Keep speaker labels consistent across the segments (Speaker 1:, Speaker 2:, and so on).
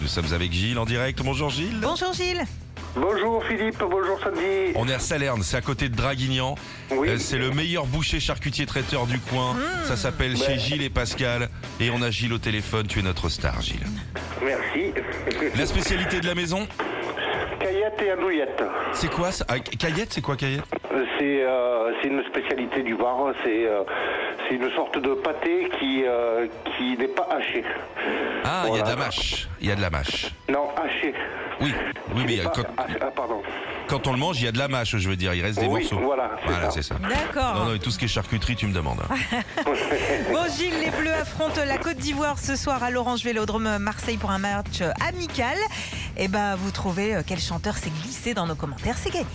Speaker 1: Nous sommes avec Gilles en direct. Bonjour Gilles.
Speaker 2: Bonjour Gilles.
Speaker 3: Bonjour Philippe, bonjour Sandy.
Speaker 1: On est à Salerne, c'est à côté de Draguignan.
Speaker 3: Oui. Mmh.
Speaker 1: Euh, C'est le meilleur boucher charcutier traiteur du coin. Ça s'appelle chez
Speaker 3: Ouais.
Speaker 1: Gilles et Pascal. Et on a Gilles au téléphone. Tu es notre star, Gilles.
Speaker 3: Merci.
Speaker 1: La spécialité de la maison,
Speaker 3: Caillette et andouillette.
Speaker 1: c'est quoi ça Ah, Caillette, c'est quoi Caillette
Speaker 3: C'est euh, c'est une spécialité du Var. C'est euh, c'est une sorte de pâté qui, euh, qui n'est pas haché.
Speaker 1: Ah, il y a de la
Speaker 3: Voilà.
Speaker 1: mâche. Il y a de la mâche.
Speaker 3: Non, haché.
Speaker 1: Oui, oui,
Speaker 3: Qui
Speaker 1: mais euh,
Speaker 3: n'est pas-
Speaker 1: quand,
Speaker 3: ah, ah, pardon.
Speaker 1: quand on le mange, il y a de la mâche, je veux dire. Il reste des
Speaker 3: Oui,
Speaker 1: morceaux.
Speaker 3: voilà, c'est
Speaker 1: Voilà,
Speaker 3: ça.
Speaker 1: c'est ça. Non,
Speaker 2: D'accord.
Speaker 1: non, et tout ce qui est charcuterie, tu me demandes.
Speaker 2: Bon Gilles, les Bleus affrontent la Côte d'Ivoire ce soir à l'Orange Vélodrome Marseille pour un match euh, amical. Et bah vous trouvez euh, quel chanteur s'est glissé dans nos commentaires, c'est gagné.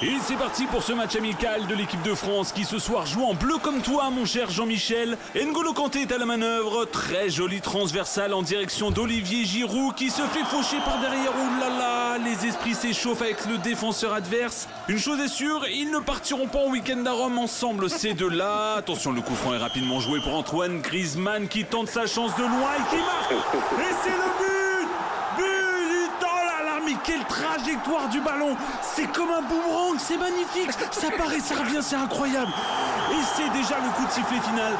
Speaker 4: Et c'est parti pour ce match amical de l'équipe de France qui ce soir joue en bleu comme toi, mon cher Jean-Michel. N'Golo Kanté est à la manœuvre. Très jolie transversale en direction d'Olivier Giroud qui se fait faucher par derrière. Ouh là là, les esprits s'échauffent avec le défenseur adverse. Une chose est sûre, ils ne partiront pas en week-end à Rome ensemble, ces deux-là. Attention, le coup franc est rapidement joué pour Antoine Griezmann qui tente sa chance de loin et qui marque. Et c'est le but But Oh là là, mais quelle trajectoire du ballon C'est comme un boomerang, c'est magnifique Ça paraît, ça revient, c'est incroyable Et c'est déjà le coup de sifflet final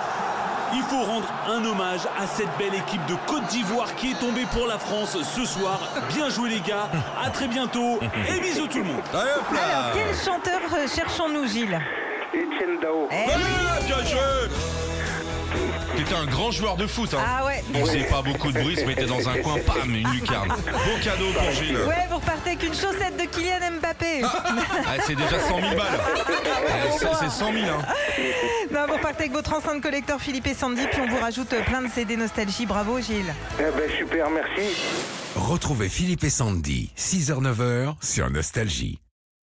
Speaker 4: il faut rendre un hommage à cette belle équipe de Côte d'Ivoire qui est tombée pour la France ce soir. Bien joué les gars, à très bientôt et bisous tout le monde.
Speaker 1: Allez, hop là
Speaker 2: Alors quel chanteur euh, cherchons-nous Gilles
Speaker 3: Etienne Dao.
Speaker 2: Eh
Speaker 1: Ah, bien joué T'étais un grand joueur de foot, hein
Speaker 2: Ah ouais.
Speaker 1: On faisait pas beaucoup de bruit, se mettait dans un coin, pam, une lucarne. Beau cadeau pour Gilles.
Speaker 2: Ouais, vous repartez avec une chaussette de Kylian Mbappé.
Speaker 1: Ah, c'est déjà 100 000 balles. Ah, c'est- C'est 100 000, hein.
Speaker 2: Non, vous repartez avec votre enceinte collecteur Philippe et Sandy, puis on vous rajoute euh, plein de CD nostalgie. Bravo Gilles.
Speaker 3: Eh ben super, merci.
Speaker 5: Retrouvez Philippe et Sandy, 6h-9h sur Nostalgie.